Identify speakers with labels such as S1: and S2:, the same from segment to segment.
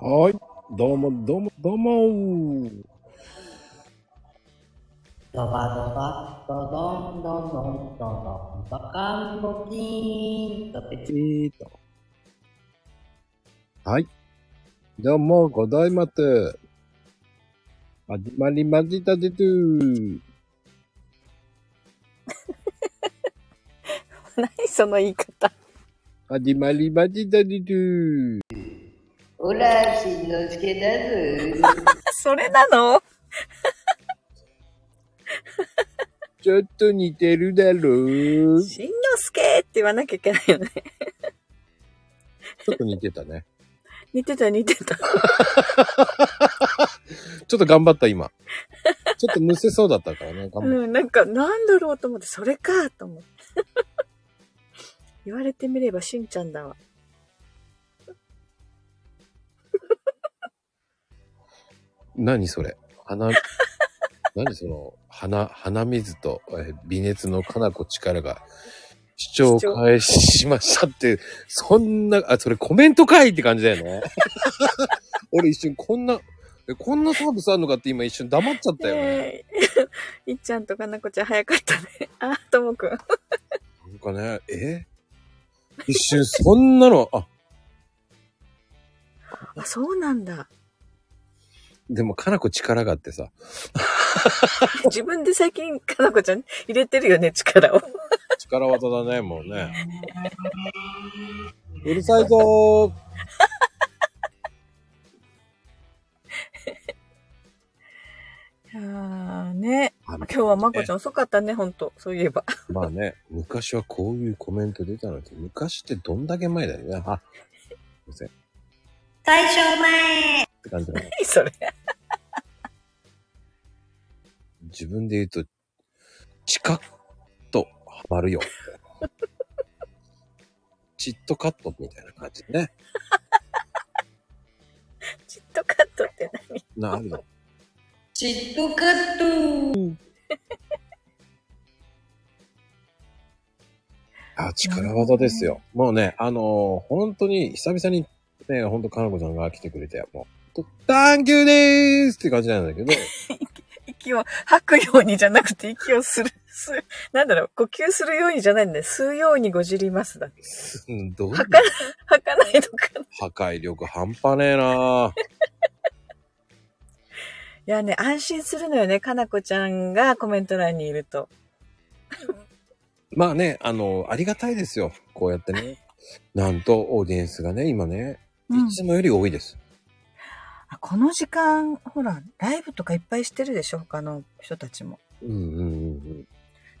S1: はーい。どうも、どうも、どうも。
S2: ドバドバ、ドドンドンドンドンドン、ドカンボキーンと
S1: え
S2: て、
S1: ーと。はい。どうも、ございます。始まりましたでとゥ
S3: 何その言い方。
S1: 始まりましたでとゥ
S2: うらしんのすけだぞ。
S3: それなの
S1: ちょっと似てるだろ う。ち
S3: しんのすけって言わなきゃいけないよね。
S1: ょっと似てたね。
S3: 似てた似てた。
S1: ちょっと頑張った、今。ちょっとむせそうだったからね。頑張っ
S3: うん、なんかなんだろうと思って、それかと思って。 言われてみればしんちゃんだわ。
S1: 何それ鼻、 何その、鼻、鼻水とえー微熱のかなこ力が主張を返しましたって、そんな、あ、それコメントかいって感じだよね。 俺一瞬こんな、えこんなサービスあるのかって今一瞬黙っちゃったよね。
S3: ええ いっちゃんとかなこちゃん早かったね。 あ、ともくん。
S1: なんかね、え一瞬そんなの、あ、
S3: あ、そうなんだ。
S1: でもかなこ力があってさ、
S3: 自分で最近かなこちゃん入れてるよね、力を。
S1: 力技だね、もうね。うるさいぞー。
S3: ああ、ね。
S1: あ
S3: 今日はまこちゃん遅かったね、ほんと。そういえば。
S1: まあね、昔はこういうコメント出たのって、昔ってどんだけ前だよね。あ、すいません。っ
S2: 大正前
S1: て感じだね。
S3: 何それ。
S1: 自分で言うと、チカッとハマるよ。チットカットみたいな感じね。
S3: チットカットって何
S1: なるよ。
S2: チットカット
S1: あ、力技ですよ。もうね、あのー本当に久々に、ね、本当かなこちゃんが来てくれて、もう、とサンキューでーすって感じなんだけど、
S3: 息を吐くようにじゃなくて息をする、す、なんだろう、呼吸するようにじゃないんだよ。吸うようにごじりますだ。
S1: うんどういう
S3: 吐か、吐かないのかな。い
S1: 破壊力半端ねえなー
S3: やね、安心するのよね。かなこちゃんがコメント欄にいると。
S1: まあね、あの、ありがたいですよ。こうやってね。なんと、オーディエンスがね、今ね、いつもより多いです。
S3: あこの時間、ほら、ライブとかいっぱいしてるでしょ他の人たちも。
S1: うん、うん、うん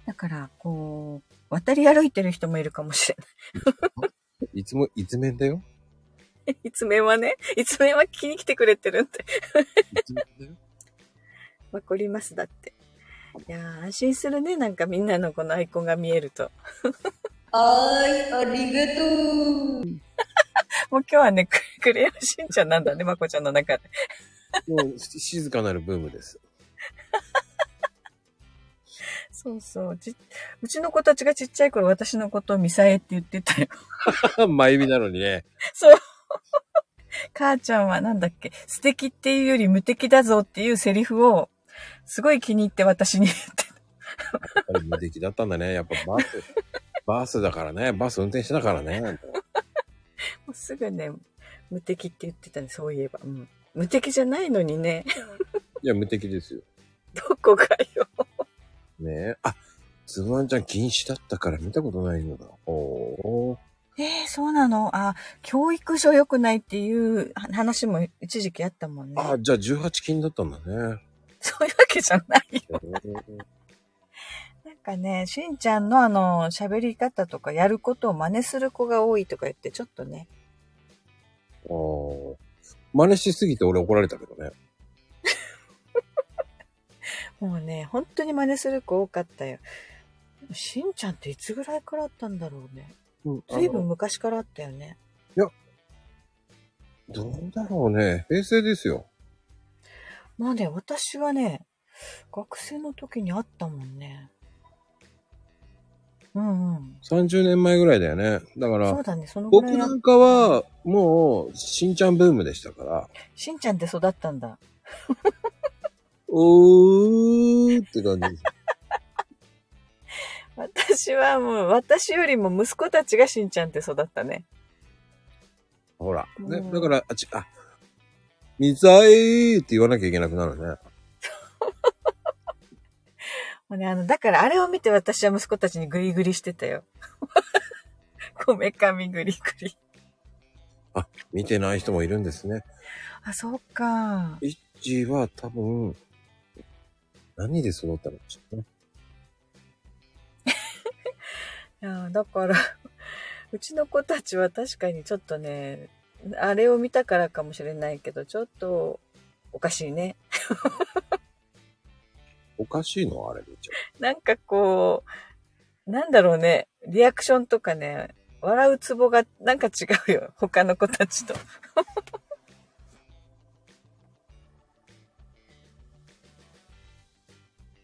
S3: だから、こう、渡り歩いてる人もいるかもしれな
S1: うん。いつも、いつめんだよ。
S3: い。 いつめはね、いつめは聞きに来てくれてるんで。
S1: いつめんだよ。
S3: わかりますだって。いやー安心するね。なんかみんなのこのアイコンが見えると。
S2: はい、ありがとう
S3: もう今日はね、ク クレヨンしんちゃんなんだね、まこちゃんの中で。
S1: もう、し静かなるブームです。
S3: そうそう。ちうちの子たちがちっちゃい頃私のことをミサエって言ってたよ。
S1: まゆみなのにね。
S3: そう。母ちゃんはなんだっけ、素敵っていうより無敵だぞっていうセリフを、すごい気に入って私に言ってた。
S1: やっぱり無敵だったんだね。やっぱバス、バスだからね。バス運転してたからね。
S3: もうすぐね、無敵って言ってたね、そういえば。うん。無敵じゃないのにね、
S1: いや、無敵ですよ。
S3: どこかよ。
S1: ねえ。あ、つぶあんちゃん禁止だったから見たことないのだ。おー。
S3: えー、そうなのあ、教育上良くないっていう話も一時期あったもんね。
S1: あ、じゃあ18禁だったんだね。
S3: そういうわけじゃないよ。
S1: おー
S3: なんかね、しんちゃんのあの、喋り方とかやることを真似する子が多いとか言って、ちょっとね。
S1: ああ。真似しすぎて俺怒られたけどね。
S3: もうね、本当に真似する子多かったよ。しんちゃんっていつぐらいからあったんだろうね。
S1: うん
S3: ずいぶん昔からあったよね。
S1: どうだろうね。平成ですよ。
S3: まあね、私はね、学生の時にあったもんね。うんうん。
S1: 30年前ぐらいだよね。だか
S3: そう
S1: ら、
S3: だね、そのぐら
S1: 僕
S3: い
S1: な
S3: だ。
S1: んかは、もう、しんちゃんブームでしたから、
S3: しんちゃんって育ったんだ。
S1: おーって感じ です。
S3: 私はもう、私よりも息子たちがしんちゃんって育ったね。
S1: ほら。ね
S3: うん、
S1: だから、あ、ち、あ、みざいって言わなきゃいけなくなるね。
S3: もうね、あの、だからあれを見て私は息子たちにグリグリしてたよ。 こめかみグリグリ。
S1: 見てない人もいるんですね。
S3: あ、そうか。
S1: イッチーは多分、何で育ったのかしらね。
S3: いや、だから、 うちの子たちは確かにちょっとね、あれを見たからかもしれないけど、ちょっと、おかしいね。
S1: おかしいのあれめっちゃ。
S3: なんかこう、なんだろうね、リアクションとかね、笑うツボがなんか違うよ。 他の子たちと。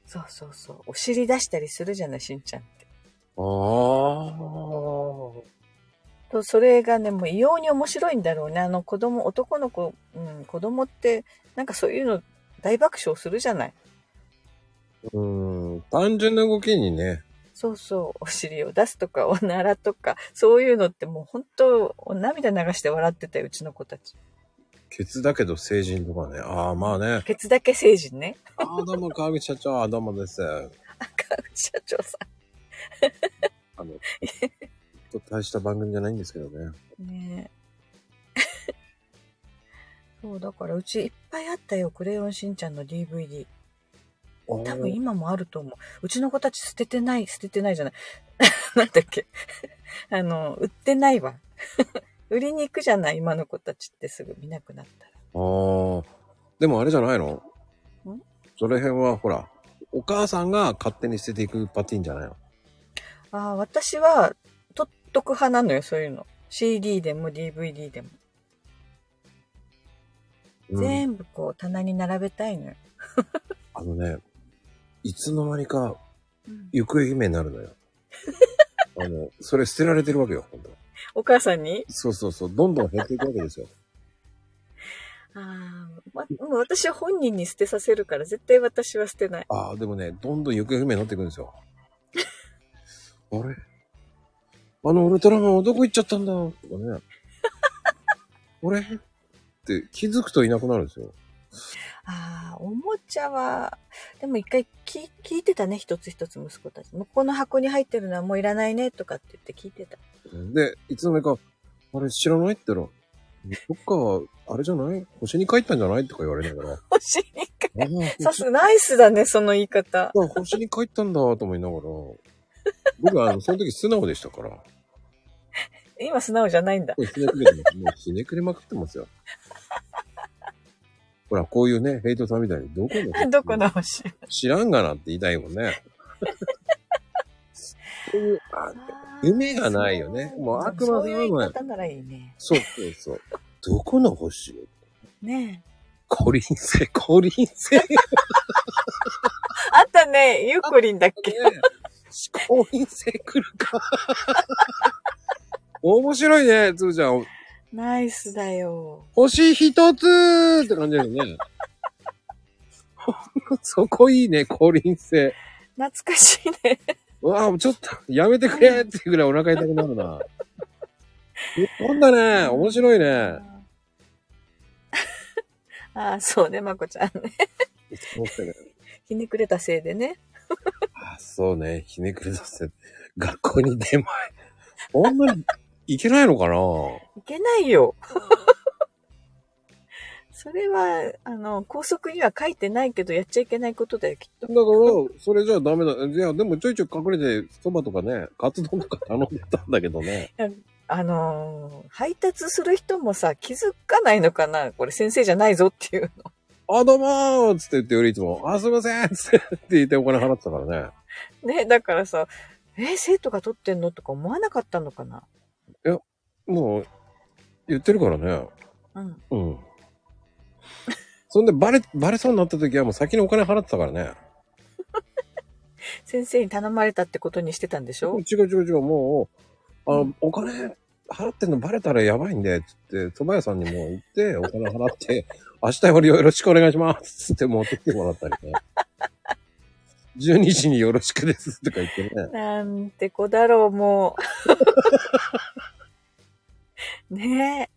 S3: そうそうそう。お尻出したりするじゃない、しんちゃんって。
S1: あー。
S3: と、それがね、もう異様に面白いんだろうね。あの子供、男の子、うん、子供って、なんかそういうの大爆笑するじゃない。
S1: うーん、単純な動きにね、
S3: そうそう、お尻を出すとか、おならとか、そういうのってもう本当、涙流して笑ってたよ、うちの子たち。
S1: ケツだけど成人とかね。ああ、まあね。
S3: ケツだけ成人ね。
S1: あーどうも、川口社長、あーどうもです。
S3: 赤内社長さ
S1: あの、ちょっと大した番組じゃないんですけどね。
S3: ん。ねえ そう、だからうちいっぱいあったよ、クレヨンしんちゃんの DVD。
S1: 多
S3: 多分今もあると思う。うちの子たち捨ててない、捨ててないじゃ ない。なんだっけ。あの、売ってないわ。 売りに行くじゃない、今の子たちってすぐ見なくなったら。
S1: あーでもあれじゃないの
S3: ん
S1: その辺はほら、お母さんが勝手に捨てていくパティーンじゃないの
S3: ああ、私は、取っとく派なのよ、そういうの。CD でも DVD でも。
S1: うん、
S3: 全部こう、棚に並べたいのよ。
S1: あのね、いつの間にか行方不明になるの よ。あの、それ捨てられてるわけよ、本当
S3: お母さんに
S1: そうそうそう、どんどん減っていくわけですよ。
S3: ああ、ま、もう私は本人に捨てさせるから、絶対私は捨てない。
S1: ああ、でもね、どんどん行方不明になっていくんですよ。あれあのウルトラマンはどこ行っちゃったんだとかね。あれって気づくといなくなるんですよ。
S3: ああ、おもちゃは、でも一回聞い聞いてたね、一つ一つ息子たち。もうこの箱に入ってるのはもういらないね、とかって言って聞いてた。
S1: で、いつの間にか、あれ知らないって言ったら、どっか、あれじゃない星に帰ったんじゃないとか言われながら、あ
S3: 欲しいか。
S1: あ星
S3: さす、ナイスだね、その言い方。
S1: あ星に帰ったんだと思いながら、僕はあのその時素直でしたから、も
S3: 今素直じゃないんだ。
S1: うひねくれてます。もうひねくれまくってますよ。 ほら、こういうね、ヘイトさんみたいに、どこの
S3: どこの星
S1: 知らんがなって言いたいもんね。そういう、あ夢がないよねもう悪魔の
S3: そういう
S1: 夢
S3: 言い方ならいいね。
S1: そうそうそう。どこの星
S3: ね
S1: コリン星、コリン星。
S3: え。あったね、ゆうこりんだっけ
S1: ねえ公認性来るか。 面白いね、つーちゃん。
S3: ナイスだよ。
S1: 星一つって感じだよね。そこいいね、降臨性。
S3: 懐かしいね。
S1: うわあ、ちょっと、やめてくれっていうぐらいお腹痛くなるな。日本だね、面白いね。
S3: ああ、そうね、まこちゃんね。
S1: そうだね
S3: ひねくれたせいでね。
S1: あそうね、ひねくれさせて、学校に出前。あんまりいけないのかない
S3: けな いよ。それは、あの、校則には書いてないけど、やっちゃいけないことだよ、きっと
S1: だ。から、それじゃあダメだ。いや、でもちょいちょい隠れて、そばとかね、カツ丼とか頼んでたんだけどね。
S3: あのー、配達する人もさ、気づかないのかなこれ先生じゃないぞっていうの。
S1: あ、どうもーつって言ってよりいつも、あ、すいませんつってって言ってお金払ってたからね。
S3: ね、だからさ、え、生徒が取ってんのとか思わなかったのかな
S1: もう、言ってるからね。
S3: うん。
S1: うん。そんで、バレ、バレそうになった時はもう先にお金払ってたからね。
S3: 先生に頼まれたってことにしてたんでしょ
S1: 違う違う違う、もう、あの、お金払ってんのバレたらやばいんで、つって、蕎麦屋さんにもう行って、お金払って、 明日よりよろしくお願いします、つって持ってきてもらったりね。12時によろしくです、とか言ってね。
S3: なんて子だろう、もう。 ねえ。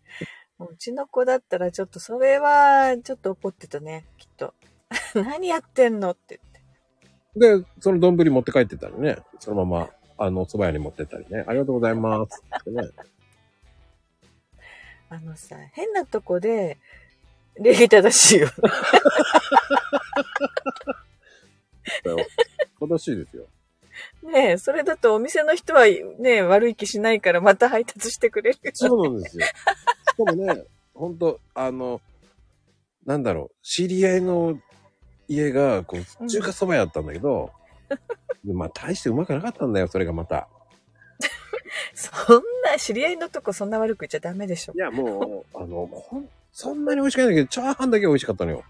S3: うちの子だったらちょっとそれはちょっと怒ってたね、きっと。 何やってんのって言って。
S1: で、その丼持って帰ってたりね、そのまま、あの、蕎麦屋に持ってったりね、ありがとうございます、ってね。
S3: あのさ、変なとこで礼儀正しいよ。
S1: 正しいですよ。
S3: ねえ、それだとお店の人はね、悪い気しないからまた配達してくれる。
S1: そうなんですよ。しかもね、ほんと、あの、なんだろう、知り合いの家が、こ
S3: う
S1: う、
S3: ん
S1: 中華そば屋だったんだけど、まあ、大してうまくなかったんだよ、それがまた。
S3: そんな、知り合いのとこそんな悪く言っちゃダメでしょ
S1: い。や、もう、あの、ほん、そんなに美味しくないんだけど、チャーハンだけは美味しかったのよ。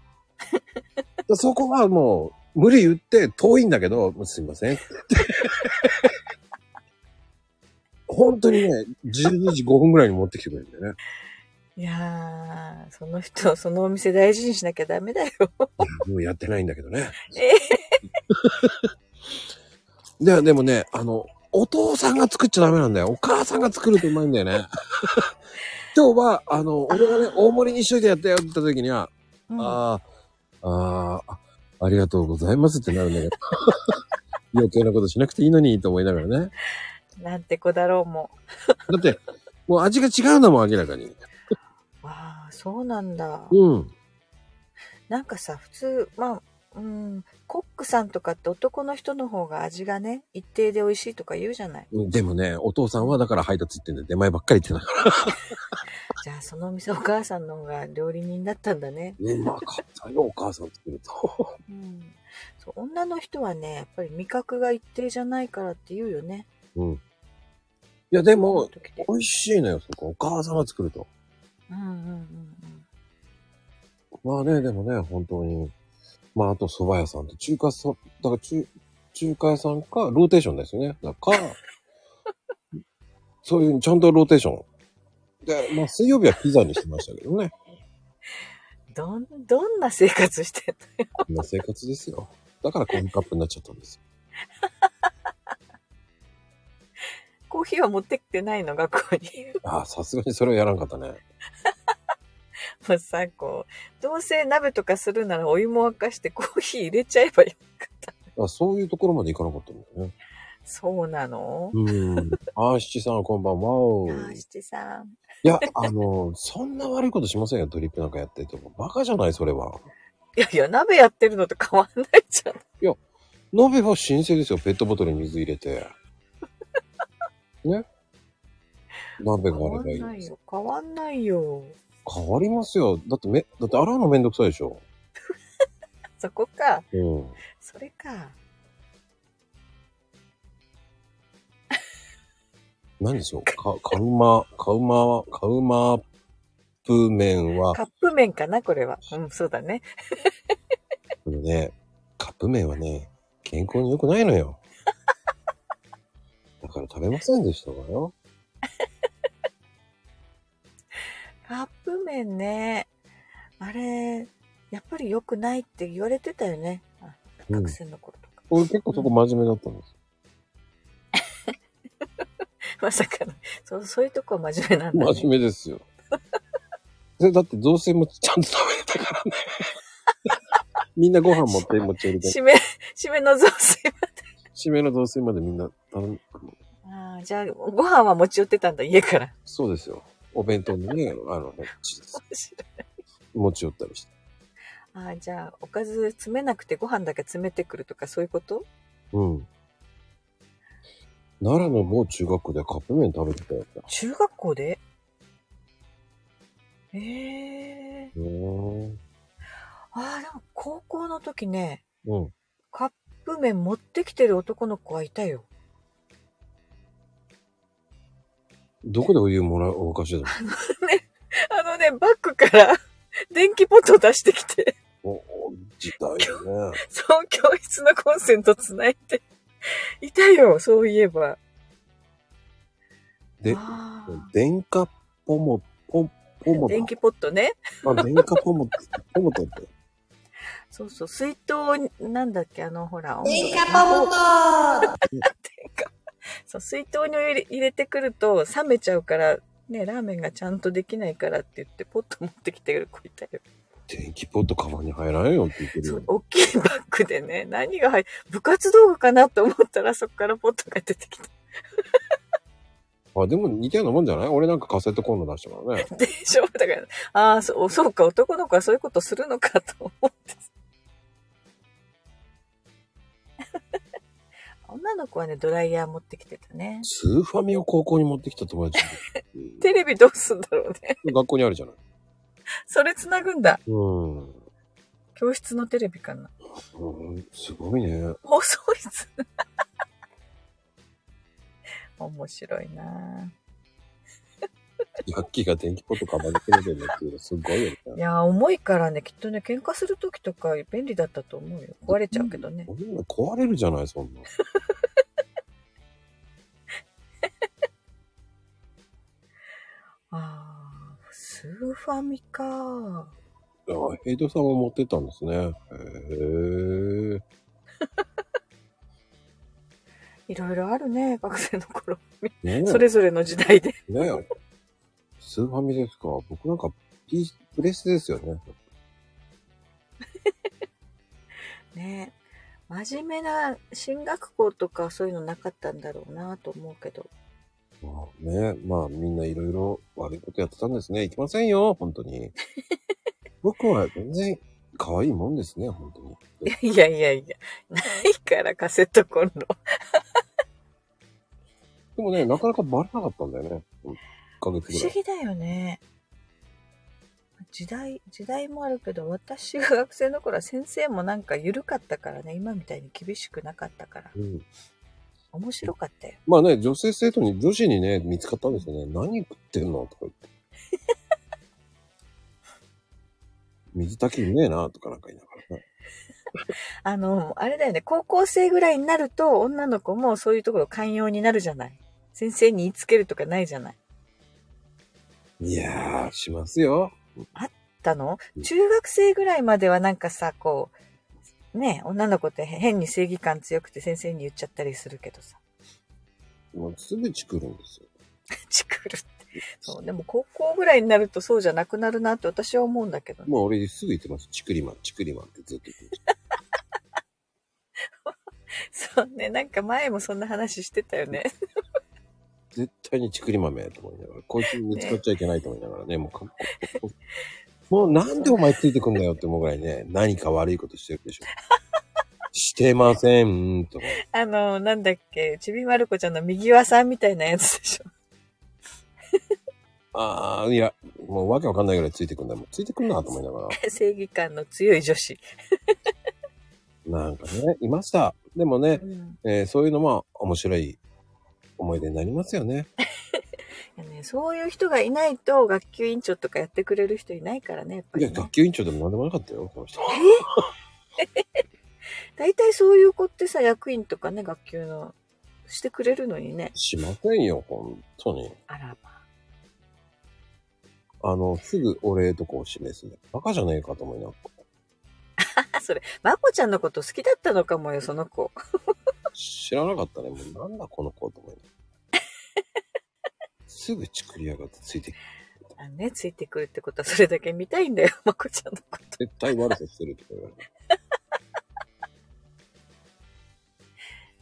S1: でそこはもう、無理言って遠いんだけど、もうすいません。 本当にね、12時5分ぐらいに持ってきてくれるんだよね。
S3: いやー、その人、そのお店大事にしなきゃダメだよ。
S1: もうやってないんだけどね。
S3: え
S1: で、でもね、あの、お父さんが作っちゃダメなんだよ。お母さんが作るとうまいんだよ ね。今日は、あの、俺がね、大盛りにしといてやったよって言った時には、
S3: うん
S1: ああ、ああ、ありがとうございますってなるんだけど。 余計なことしなくていいのにと思いながらね。
S3: なんて子だろうも
S1: だって、もう味が違うんだもん、明らかに。
S3: う。わあ、そうなんだ。
S1: うん。
S3: なんかさ、普通、まあ、うん、コックさんとかって男の人の方が味がね、一定で美味しいとか言うじゃない。
S1: でもね、お父さんはだから配達行ってんだよ。出前ばっかり行ってなか
S3: じゃあ、そのお店お母さんの方が料理人だったんだね。
S1: ら。うまかったよ、お母さん作ると。
S3: うん。そう、女の人はね、やっぱり味覚が一定じゃないからって言うよね。
S1: うん。いや、でも、
S3: 時々
S1: 美味しいのよ、そこ。お母さんが作ると。
S3: うんうんうんうん。
S1: まあね、でもね、本当に。まあ、あと蕎麦屋さんと中華そ、だから中、中華屋さんか、ローテーションですよね。だから、 そういう、ちゃんとローテーション。で、まあ、水曜日はピザにしてましたけどね。
S3: どん、どんな生活してんの
S1: こんな生活ですよ。だからコーヒーカップになっちゃったんですよ。
S3: コーヒーは持ってきてないの、学校に。
S1: ああ、さすがにそれはやらんかったね。
S3: もうさ、こう、どうせ鍋とかするならお湯も沸かしてコーヒー入れちゃえばよかった。
S1: あそういうところまでいかなかったんだよね。
S3: そうなの
S1: うん。 あー、七さん、こんばん
S3: あ
S1: は。
S3: ー、七さん。
S1: いや、あの、そんな悪いことしませんよ、ドリップなんかやってると。バカじゃない、それは。
S3: いやいや、鍋やってるのと変わんないじゃん。
S1: 鍋は新鮮ですよ、ペットボトルに水入れ て。ね鍋が
S3: 変わ
S1: あればいい
S3: ん
S1: ん
S3: な
S1: で
S3: い
S1: すよ。
S3: よ。変わんないよ。
S1: 変わりますよ。だってめ、だって洗うのめんどくさいでしょ。
S3: そこか。
S1: うん。
S3: それか。
S1: 何でしょう。か、カウマ、カウマ、カウマプ麺は、
S3: カップ麺かな、これは。うん、そうだね。
S1: これね、カップ麺はね、健康に良くないの よ。だから食べませんでしたからよ。
S3: カップ麺ね。あれ、やっぱり良くないって言われてたよね。あ
S1: うん
S3: 学生の頃とか。
S1: 俺結構そこ真面目だったんですよ。
S3: まさかの。そう、そういうとこは真面目なんだ、ね。
S1: 真面目ですよ。それだって雑炊もちゃんと食べれたからね。みんなご飯持って持ち寄りで、
S3: 締め、締めの雑炊は。
S1: 締めの雑炊までみんな頼む。
S3: ああ、じゃあ、ご飯は持ち寄ってたんだ、家から。
S1: そうですよ。お弁当にね、あのね、ち持ち寄ったりして。
S3: ああ、じゃあ、おかず詰めなくてご飯だけ詰めてくるとか、そういうこと
S1: うん。奈良の某中学校でカップ麺食べてたやつだ。
S3: 中学校でええ
S1: うーん。
S3: ああ、でも、高校の時ね、
S1: うん。
S3: カップ麺持ってきてる男の子はいた よ。
S1: どこでお湯もらうおかしいだろ
S3: あのね、バッグから、 電気ポット出してきて、
S1: う。おお時代だね。
S3: その教室のコンセント繋いで、いたよ、そういえば。
S1: で、
S3: あー
S1: 電化ポモ、ポ、ポモ
S3: 電気ポットね。
S1: あ、電化ポモ、ポモトって。
S3: そうそう、水筒、なんだっけ、あの、ほら、温度
S2: 電
S3: が
S2: 化ポット
S3: そう、水筒に入れ入れてくると冷めちゃうから、ね、ラーメンがちゃんとできないからって言って、ポット持ってきてる子いたよ。
S1: 電気ポットカバンに入らんよって言ってる
S3: そう
S1: よ。、
S3: 大きいバッグでね、何が入っ部活道具かなと思ったら、そこからポットが出てきた。
S1: あ、でも似たようなもんじゃない俺なんかカセットコンロ出したからね。
S3: でしょだから、ああ、そう、そうか、男の子はそういうことするのかと思って。女の子はね、ドライヤー持ってきてたね。
S1: スーファミを高校に持ってきた友 達。うん
S3: テレビどうすんだろうね。
S1: 学校にあるじゃない。
S3: それ繋ぐんだ。
S1: うん。
S3: 教室のテレビかな。
S1: うん、すごいね。
S3: 放送室面白いな
S1: ヤッキーが電気ポットカバンに入れてるのっていうのすごいよね。
S3: ぁいやー重いからねきっとね喧嘩する時とか便利だったと思うよ壊れちゃうけどね
S1: そんな壊れるじゃない、そんな。
S3: あースーファミかー
S1: あ、ヘイドさんは持ってったんですね。へえ。
S3: いろいろある ね学生の頃
S1: ねえ
S3: それぞれの時代で
S1: ねえ。スーファミですか。僕なんか、ピプレスですよね。
S3: ね真面目な進学校とかそういうのなかったんだろうなと思うけど
S1: まあね、まあみんないろいろ悪いことやってたんですね。いきませんよ、本当 に。僕は全然可愛いもんですね、本当に。
S3: いやいやいやいやないからカセットコンロ
S1: でもね、なかなかバレなかったんだよね。1ヶ月ぐ
S3: 不思
S1: らい。
S3: 議だよね時代時代もあるけど私が学生の頃は先生もなんか緩かったからね今みたいに厳しくなかったから
S1: うん、
S3: 面白かったよ
S1: まあね、女性生徒に、女子にね、見つかったんですよね。何食ってんのとか言 って。水炊きうめえな、とかなんか言いながらね。
S3: あのあれだよね高校生ぐらいになると女の子もそういうところ寛容になるじゃない先生に言いつけるとかないじゃない
S1: いやー、しますよ。
S3: だの中学生ぐらいまではなんかさこうね女の子って変に正義感強くて先生に言っちゃったりするけどさ
S1: もうすぐチクるんですよ。
S3: チクるって。そう、でも高校ぐらいになるとそうじゃなくなるなって私は思うんだけどね。
S1: もう俺すぐ言ってます。チクリマン、チクリマンってずっと言ってます。
S3: そうね、なんか前もそんな話してたよね。
S1: 絶対にちくり豆と思いながら、こいつに見つかっちゃいけないと思いながらね、もうかもうなんでお前ついてくんだよって思うぐらいね、何か悪いことしてるでしょ。してません、とか。
S3: あの、なんだっけ、ちびまる子ちゃんの右輪さんみたいなやつでしょ。
S1: ああ、いや、もうわけわかんないぐらいついてくんだよ。もうついてくんなと思いなが
S3: 正義感の強い女子。
S1: ら。なんかね、いました。でもね
S3: う、ん。
S1: えーそういうのも面白い思い出になりますよね。
S3: いやね、そういう人がいないと学級委員長とかやってくれる人いないからね、やっぱ
S1: い
S3: り、
S1: や、
S3: ね。
S1: 学級委員長でもなんでもなかったよ、この人。
S3: 大体そういう子ってさ、役員とかね、学級の、してくれるのにね。
S1: しませんよ、本当に。
S3: あらま。
S1: あの、すぐお礼とかを示すね。バカじゃねえかと思いながら。
S3: あ、 それ、まこちゃんのこと好きだったのかもよ、その子。
S1: 知らなかったね。もうなんだこの子と思いながら。 すぐチクりやがってついてきて、
S3: あね、ついてくるってことはそれだけ見たいんだよ、 まこちゃんのこと。
S1: 絶対悪さしてるとか言われて。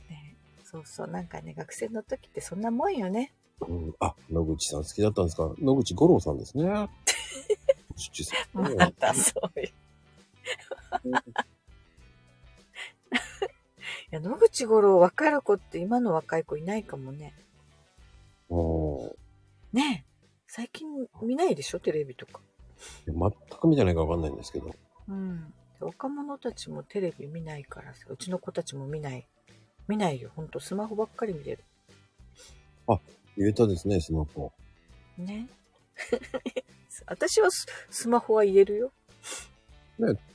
S3: ね、そうそう、なんかね、学生の時ってそんなもんよね。
S1: うん、あ、野口さん好きだったんですか野口五郎さんですね。野口さん。
S3: ま たそういう。いや、野口五郎分かる子って今の若い子いないかもね。
S1: も
S3: ねえ、最近見ないでしょ、テレビとか。
S1: う、全く見てないからわかんないんですけど。
S3: うん。若者たちもテレビ見ないからさ、うちの子たちも見ない。見ないよ、ほんと、スマホばっかり見てる。
S1: 言えたですね、スマホ。
S3: ね。 私はススマホは言えるよ。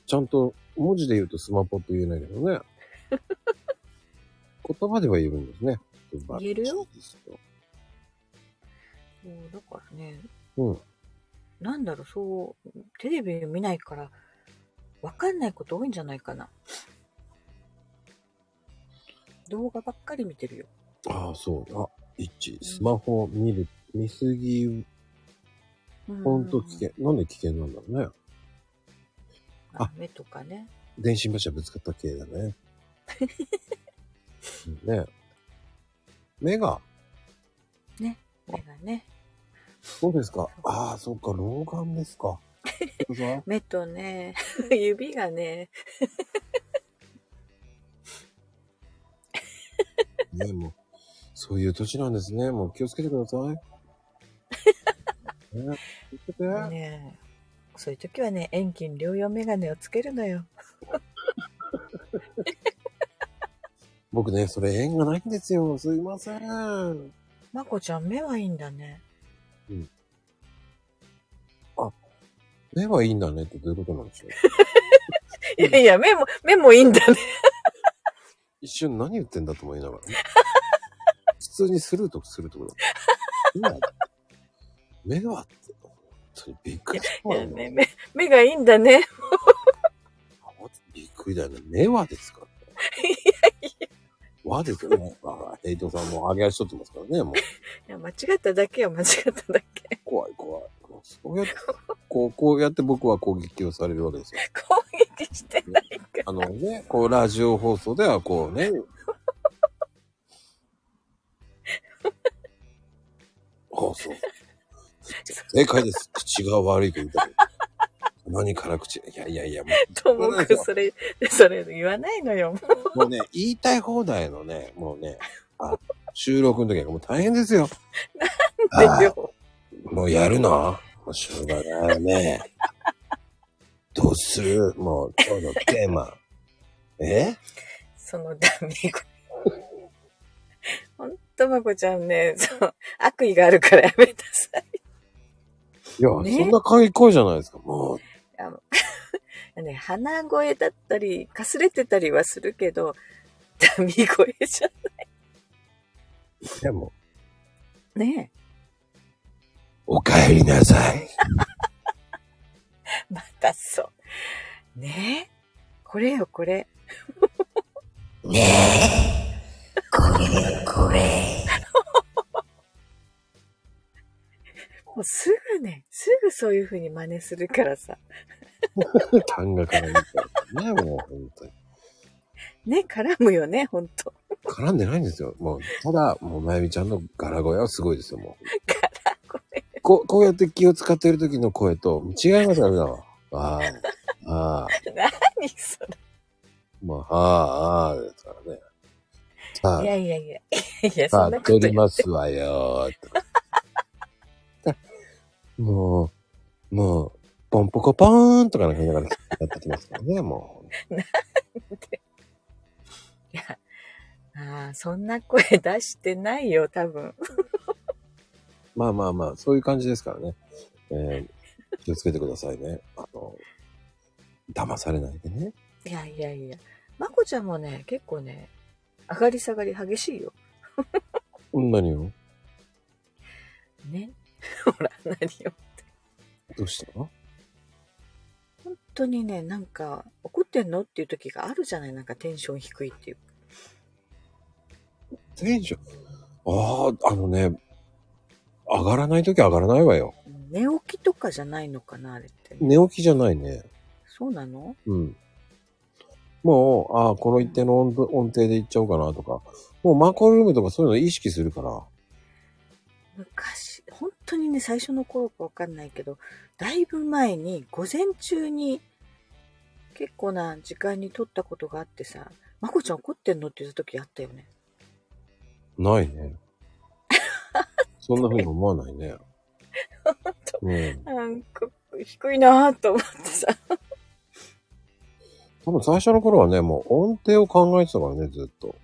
S1: ちゃんと文字で言うとスマホって言えないけどね。 言葉では言えるんですね。
S3: 言えるよ
S1: ですよ。
S3: そうだからね、
S1: うん。
S3: なんだろう、そう、テレビ見ないから、わかんないこと多いんじゃないかな。動画ばっかり見てるよ。
S1: ああ、そうだ。一、スマホを見る、見すぎ、ほんと危険。なんで危険なんだろうね。
S3: うん。
S1: あ
S3: 目とかね。
S1: 電信柱ぶつかった系だ ね。うんね目が、
S3: 目がね。
S1: そうですか。ああ、そっか、老眼ですか。そうだ
S3: 目とね、 指がね、
S1: ねもう、そういう年なんですね。もう気をつけてくだ さい。ね、気をつけて。
S3: ねそういう時はね、遠近療養メガネをつけるのよ。
S1: 僕ね、それ縁がないんですよ。すいません。
S3: まこちゃん、目はいいんだね。
S1: 目はいいんだねってどういうことなんでしょう。
S3: いやいや、目も、目もいいんだね。
S1: 一瞬何言ってんだと思いながら ね。普通にスルーとするところ。目はって、本当にびっくりした
S3: い
S1: わ
S3: や
S1: よ。
S3: ね目、目がいいんだね。
S1: びっくりだよね。目はですからね。和ですよね。あヘイトさんも上げ足取ってますからね。もう
S3: いや間違っただけよ、間違っただけ。
S1: 怖い怖い。そうやって、こう、こうやって僕は攻撃をされるわけですよ。
S3: 攻撃してないから。
S1: あのね、こう、ラジオ放送ではこう ね。放送。正解です。口が悪いと言ったら。何から口。いやいやいや、も
S3: ともくそれ、それ言わないのよ。
S1: うもうね、言いたい放題のね、もうね、あ収録の時はもう大変ですよ。
S3: なんでよ。
S1: もうやるなもうしょうがないよね。どうするもう今日のテーマ。え
S3: そのダミー。ほんと、まこちゃんね、そう、悪意があるからやめなさい。
S1: いや、
S3: ね
S1: そんなかっこいいじゃないですか。もう、
S3: あ の、ね、鼻声だったり、かすれてたりはするけど、 ダミー声じゃ
S1: でも、
S3: ね
S1: お帰りなさい。
S3: え。またそう。ねえ。これよ、これ。ねえ。これよ、これ。もうすぐね、すぐそういう風に真似するからさ。
S1: 単語から見て。ね、もう本当に。
S3: ね、絡むよね、ほんと。
S1: 絡んでないんですよ。もう、ただ、もう、まゆみちゃんの柄声はすごいですよ、もう。
S3: 絡むよ。
S1: こう、こうやって気を使ってる時の声と、違いますから、普 段は。ああ、ああ、
S3: 何それ。
S1: まあ、ああ、ああ、ですからね。さ
S3: いやいやいや。いや、
S1: あ、さ
S3: そ
S1: あ
S3: んな、こ
S1: 撮
S3: と
S1: り
S3: 言う
S1: ますわよ ーとか。もう、もう、ポンポコポーンとかなんか言いながらやってきますからね、 もう。
S3: いや。ああ、そんな声出してないよ、多分。
S1: まあまあまあ、そういう感じですからね。えー気をつけてくださいね。あの、騙されないでね。
S3: いやいやいや。まこちゃんもね、結構ね、上がり下がり激しいよ。
S1: 何を
S3: ね。 ほら、何よ。
S1: どうしたの
S3: 本当にね、なんか、怒ってんのっていう時があるじゃないなんかテンション低いっていう。
S1: テンション。ああ、あのね、上がらないとき上がらないわよ。
S3: 寝起きとかじゃないのかなあれって。
S1: 寝起きじゃないね。
S3: そうなの
S1: うん。もう、ああ、この一定の音音程でいっちゃおうかなとか。もうマコルームとかそういうの意識するから。
S3: 昔、本当にね、最初の頃かわかんないけど、だいぶ前に、午前中に、結構な時間に撮ったことがあってさ、まこちゃん怒ってんのって言った時あったよね。
S1: ない ね。そんな風に思わない ね。うん。
S3: なんか、低いなぁと思ってさ。
S1: 多分最初の頃はね、もう音程を考えてたからね、ずっと。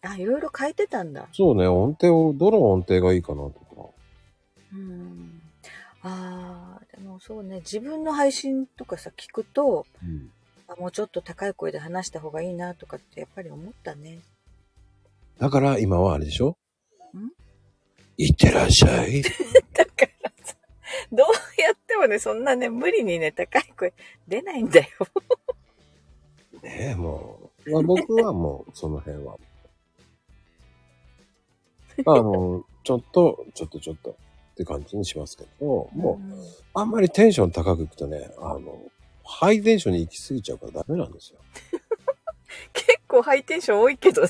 S3: あ、いろいろ変えてたんだ。
S1: そうね、音程を、どの音程がいいかなとか。
S3: うん。ああ、でもそうね、自分の配信とかさ、聞くと、
S1: うん、
S3: あもうちょっと高い声で話した方がいいなとかってやっぱり思ったね。
S1: だから今はあれでしょ
S3: ん
S1: いってらっしゃい。
S3: だからさ、どうやってもね、そんなね、無理にね、高い声出ないんだよ。
S1: ねえ、もう。まあ、僕はもう、その辺 は。あの、ちょっと、ちょっとちょっとって感じにしますけど、もう、あんまりテンション高くいくとね、あの、ハイテンションに行き過ぎちゃうからダメなんですよ。
S3: 結構ハイテンション多いけどね。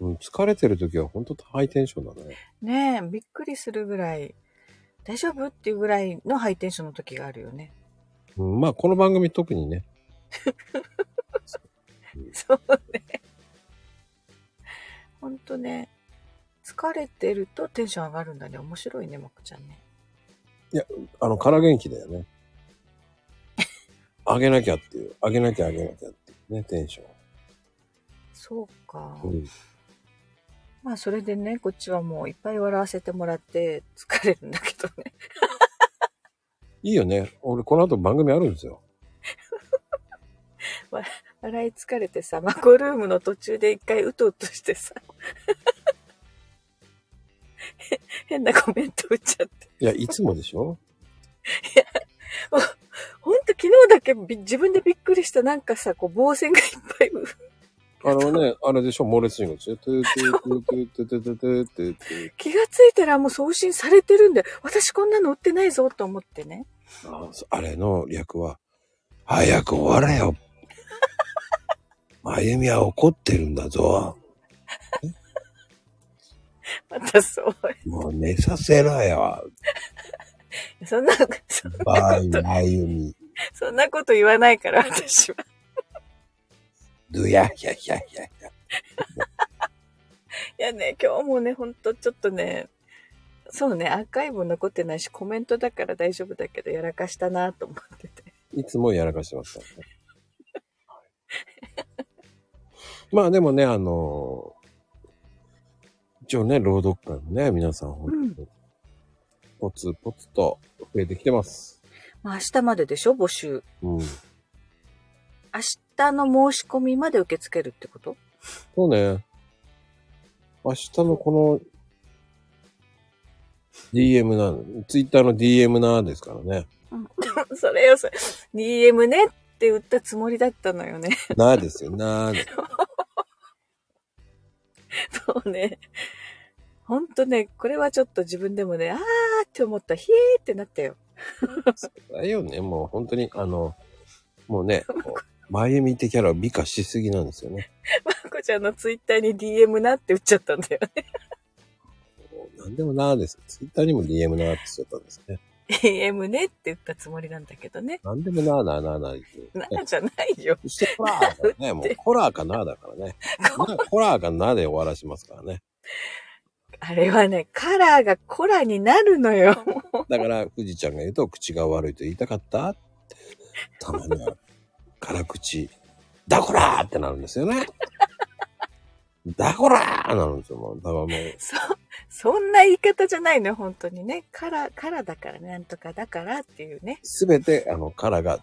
S1: うん、疲れてる時は本当ハイテンションだね。
S3: ねえ、びっくりするぐらい、大丈夫っていうぐらいのハイテンションの時があるよね。
S1: うん、まあ、この番組特にね。
S3: そうね。ほんとね、疲れてるとテンション上がるんだね。面白いね、まこちゃんね。
S1: あの、空元気だよ ね。上げなきゃっていう、上げなきゃ上げなきゃっていうね、テンショ
S3: そうか。
S1: ン。うん
S3: まあ、それでね、こっちはもういっぱい笑わせてもらって疲れるんだけどね。
S1: いいよね。俺、この後番組あるんですよ。
S3: 笑い疲れてさ、マコルームの途中で一回うとうとしてさ、 へ変なコメント打っちゃって。
S1: いや、いつもでしょ
S3: ほんと昨日だけび自分でびっくりした。なんかさ、こう、防線がいっぱい。
S1: あのね、あれでしょ、猛烈信号ですよ。トゥートゥートゥートゥートゥートゥートゥートゥート
S3: 気がついたらもう送信されてるんで、私こんなの売ってないぞと思ってね。
S1: ゥーあそあれの略は、早く終われよ。まゆみは怒ってるんだぞ。
S3: またそう。
S1: もう寝させろよ。
S3: そんな、そん
S1: バ
S3: な
S1: イ、
S3: こと、
S1: まゆみ。
S3: そんなこと言わないから私は。
S1: ドゥヤヒャヒャヒャヒャ。
S3: いやね、今日もね、ほんとちょっとね、そうね、アーカイブ残ってないし、コメントだから大丈夫だけど、やらかしたなと思ってて。
S1: いつもやらかしてますからね。まあでもね、あの一応ね、朗読会もね、皆さん本当に、ポツポツと増えてきてます。
S3: まあ、明日まででしょ募集。
S1: うん。
S3: 明日の申し込みまで受け付けるってこと
S1: そうね。明日のこの DM なの、ツイッターの DM なですからね。
S3: それよ、それ。DM ねって打ったつもりだったのよね。
S1: なですよ、なです。
S3: そうね。ほんとね、これはちょっと自分でもね、あーって思った。ひーってなったよ。
S1: だよね、もう本当に、あの、もうね、こう前見ってキャラを美化しすぎなんですよね。
S3: まこちゃんのツイッターに DM なって打っちゃったんだよね。
S1: なんでもなーです。ツイッターにも DM なーってしちゃったんですね。
S3: DM ねって打ったつもりなんだけどね。
S1: なんでもなーなーなーなーって言って、
S3: な
S1: ね。
S3: んじゃないよ。
S1: そしてホラーだからね、もうホラーかなーだからね。なホラーかなーで終わらしますからね。
S3: あれはね、カラーがコラになるのよ。
S1: だから、富士ちゃんが言うと、口が悪いと言いたかったたまには、辛口、だこらーってなるんですよね。だこらーなるんですよ、もう。だからもう、
S3: そ、そんな言い方じゃないのよ、本当にね。カラー、カラーだからね、なんとかだからっていうね。
S1: すべて、あの、カラーが、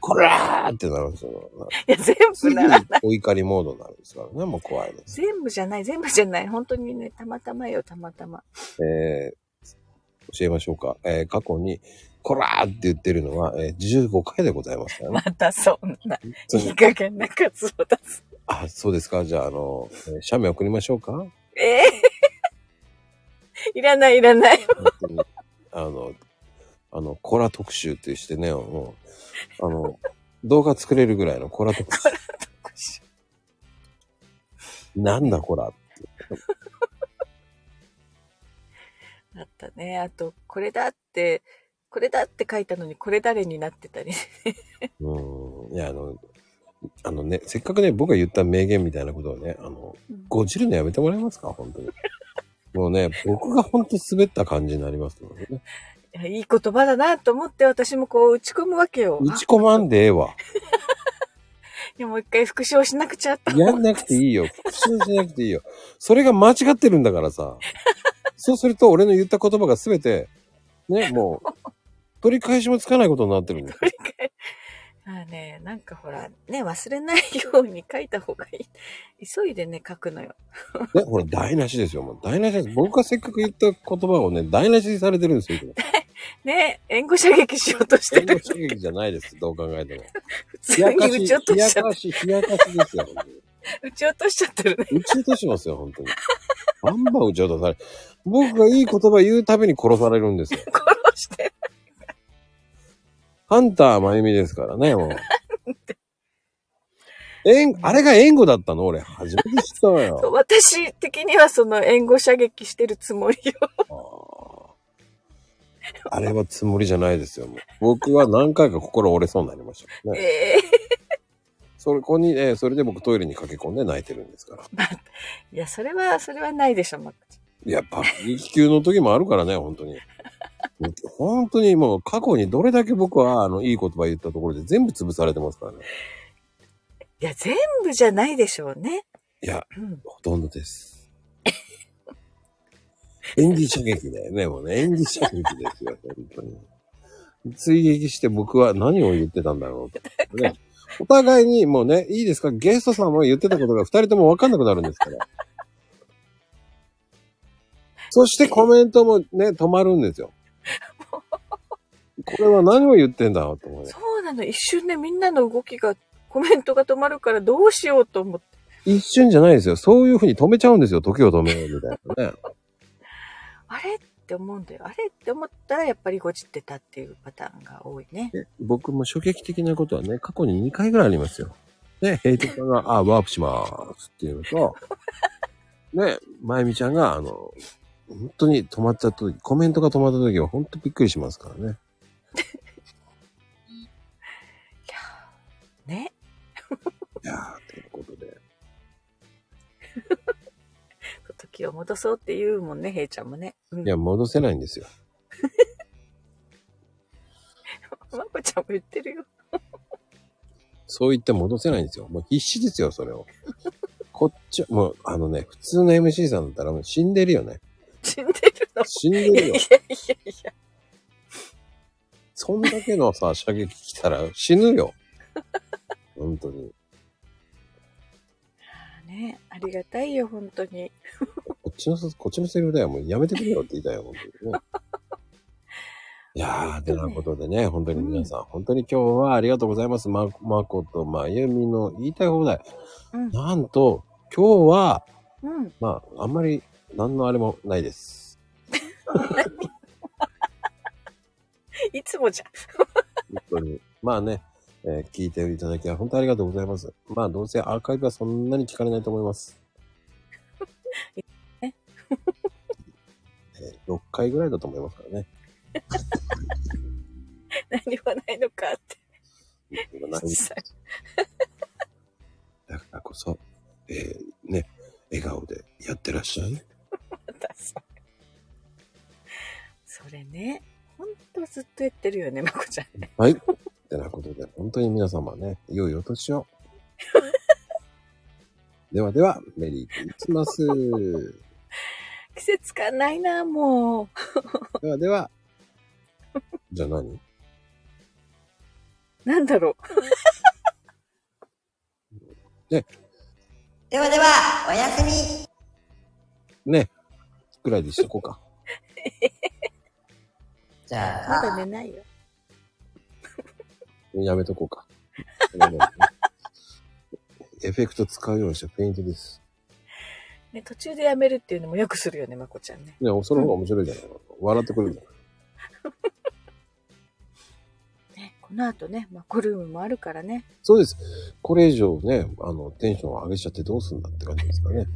S1: こらーってなるん ですよ。
S3: いや、全
S1: すぐ
S3: 部なら、
S1: お怒りモードになるんですからね、もう怖いです。
S3: 全部じゃない、全部じゃない。本当にね、たまたまよ、たまたま。
S1: えー教えましょうか。えー過去に、こらーって言ってるのは、えー、15回でございますからね
S3: ま。たそんな、
S1: 本当
S3: いい
S1: に
S3: 加減な活動出す。
S1: あ、そうですか。じゃあ、あの、えー写メ送りましょうか。 本
S3: ええ いらない、いらない。
S1: 当にあの、あの、コラ特集ってしてね、もう、あの、動画作れるぐらいのコラ特集。なんだコラ。
S3: あったね。あと、これだって、これだって書いたのに、これ誰になってたり。
S1: うん。いや、あの、あのね、せっかくね、僕が言った名言みたいなことをね、あの、ごじるのやめてもらえますか本当に。もうね、僕が本当滑った感じになりますのでね。
S3: いやいい言葉だなと思って、私もこう打ち込むわけよ。
S1: 打ち込まんでええわ。
S3: あいやもう一回復唱しなくちゃと思って
S1: や んなくていいよ。復習しなくていいよ。それが間違ってるんだからさ。そうすると俺の言った言葉が全て、ね、もう、取り返しもつかないことになってるんだよ。
S3: 振り返まあね、なんかほら、ね、忘れないように書いた方がいい。急いでね、書くのよ。
S1: ね、ほら、台無しですよ。もう台無しです。僕がせっかく言った言葉をね、台無しにされてるんですよ。これ
S3: ね、援護射撃しようとして
S1: 援護
S3: る。
S1: 刺激じゃないです。どう考えても。
S3: 普
S1: 冷
S3: 通
S1: やか
S3: に撃
S1: し、
S3: ち落と
S1: 冷や
S3: しちゃっ
S1: かし、冷やかしですよ。本当に
S3: 撃ち落としちゃってるね。
S1: 撃ち落としますよ、本当に。バンバン撃ち落とされ。僕がいい言葉言うたびに殺されるんですよ。
S3: 殺して。
S1: ハンター真由美ですからね、もう。えん、あれが援護だったの俺、初めて知ったわ
S3: そう
S1: よ。
S3: 私的にはその援護射撃してるつもりよ。
S1: あれはつもりじゃないですよ。もう僕は何回か心折れそうになりました、ね。
S3: ええ
S1: それこに、えーそれで僕トイレに駆け込んで泣いてるんですから。
S3: いや、それは、それはないでしょ、マックち
S1: やっぱ、撃級の時もあるからね、本当に。 本当にもう過去にどれだけ僕はあのいい言葉言ったところで全部潰されてますからね。
S3: ゃん。いや、全部じゃないでしょうね。
S1: いや、
S3: うん。
S1: ほとんどです。演技射撃だよね、もうね。演技射撃ですよ、本当に。追撃して僕は何を言ってたんだろうと。ね、お互いにもうね、いいですか、ゲストさんも言ってたことが2人とも分かんなくなるんですから。そしてコメントもね、止まるんですよ。これは何を言ってんだろうと思うね。
S3: そうなの。一瞬ね、みんなの動きが、コメントが止まるからどうしようと思って。
S1: 一瞬じゃないですよ。そういうふうに止めちゃうんですよ。時を止めようみたいなね。
S3: あれって思うんだよ。あれって思ったら、やっぱりごじってたっていうパターンが多いね。
S1: ね僕も初撃的なことはね、過去に2回ぐらいありますよ。ね、ヘイトさんが、あ、ワープしますっていうのと、ね、まゆみちゃんが、あの、本当に止まっちゃった時、コメントが止まった時は本当びっくりしますからね。
S3: ね。
S1: いやー、ということで。
S3: 時を戻そうって言うもんね、ヘイちゃんもね。うん
S1: いや、戻せないんですよ。
S3: まこちゃんも言ってるよ。
S1: そう言って戻せないんですよ。もう必死ですよ、それを。こっち、もう、あのね、普通の MC さんだったらもう死んでるよね。
S3: 死んでるの。
S1: 死んで
S3: いや
S1: る
S3: い
S1: よ
S3: や。いやいや。
S1: そんだけのさ、射撃来たら死ぬよ。本当に。
S3: ね、ありがたいよ、本当に。
S1: こっちのせ、こっちのセリフだよ。もうやめてくれよって言いたいよ、本当に ね。いやー、てなことでね、本当に皆さん、本当に今日はありがとうございます。ま、まこと、まゆみの言いたい放題。
S3: うん。
S1: なんと、今日は、
S3: うん。
S1: まあ、あんまり、何のあれもないです。
S3: いつもじゃん。
S1: 本当に。まあね、えー聞いていただきは本当にありがとうございます。まあ、どうせアーカイブはそんなに聞かれないと思います。え
S3: え
S1: ー、6回ぐらいだと思いますから ね。
S3: 何はないのかって。
S1: ないだからこそ、えーね、笑顔でやってらっしゃい。
S3: またそれ。 それね。ほんとずっと言ってるよね、まこちゃん。
S1: はい。ってなことで、本当に皆様ね、良いお年を。 ではでは、メリークリスマス。
S3: 季節感ないな、もう。
S1: ではでは、じゃあ何
S3: なんだろう。
S2: ではでは、おやすみ。
S1: ね、ぐらいでしとこうか。
S2: じゃあ
S3: ま。だ寝ないよ。
S1: やめとこうか。 エフェクト使うようにしてペイントです。
S3: ね、途中でやめるっていうのもよくするよね、まこちゃんね。
S1: ね、その方が面白いじゃないの笑ってくれるじゃん。
S3: ね、この後ね、まこルームもあるからね。
S1: そうです。これ以上ね、あの、テンションを上げちゃってどうすんだって感じですからね。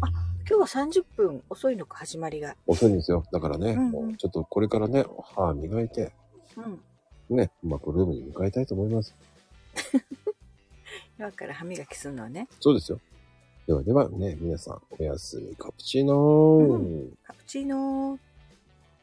S3: 今日は30分遅いのか、始まりが。
S1: 遅いんですよ。だからね、
S3: うんうん
S1: もうちょっとこれからね、歯磨いて、
S3: うん。
S1: ね、うまくルームに向かいたいと思います。
S3: 今から歯磨きするのはね。
S1: そうですよ。ではではね、皆さん、おやすみカプチーノー。
S3: うカプチーノー。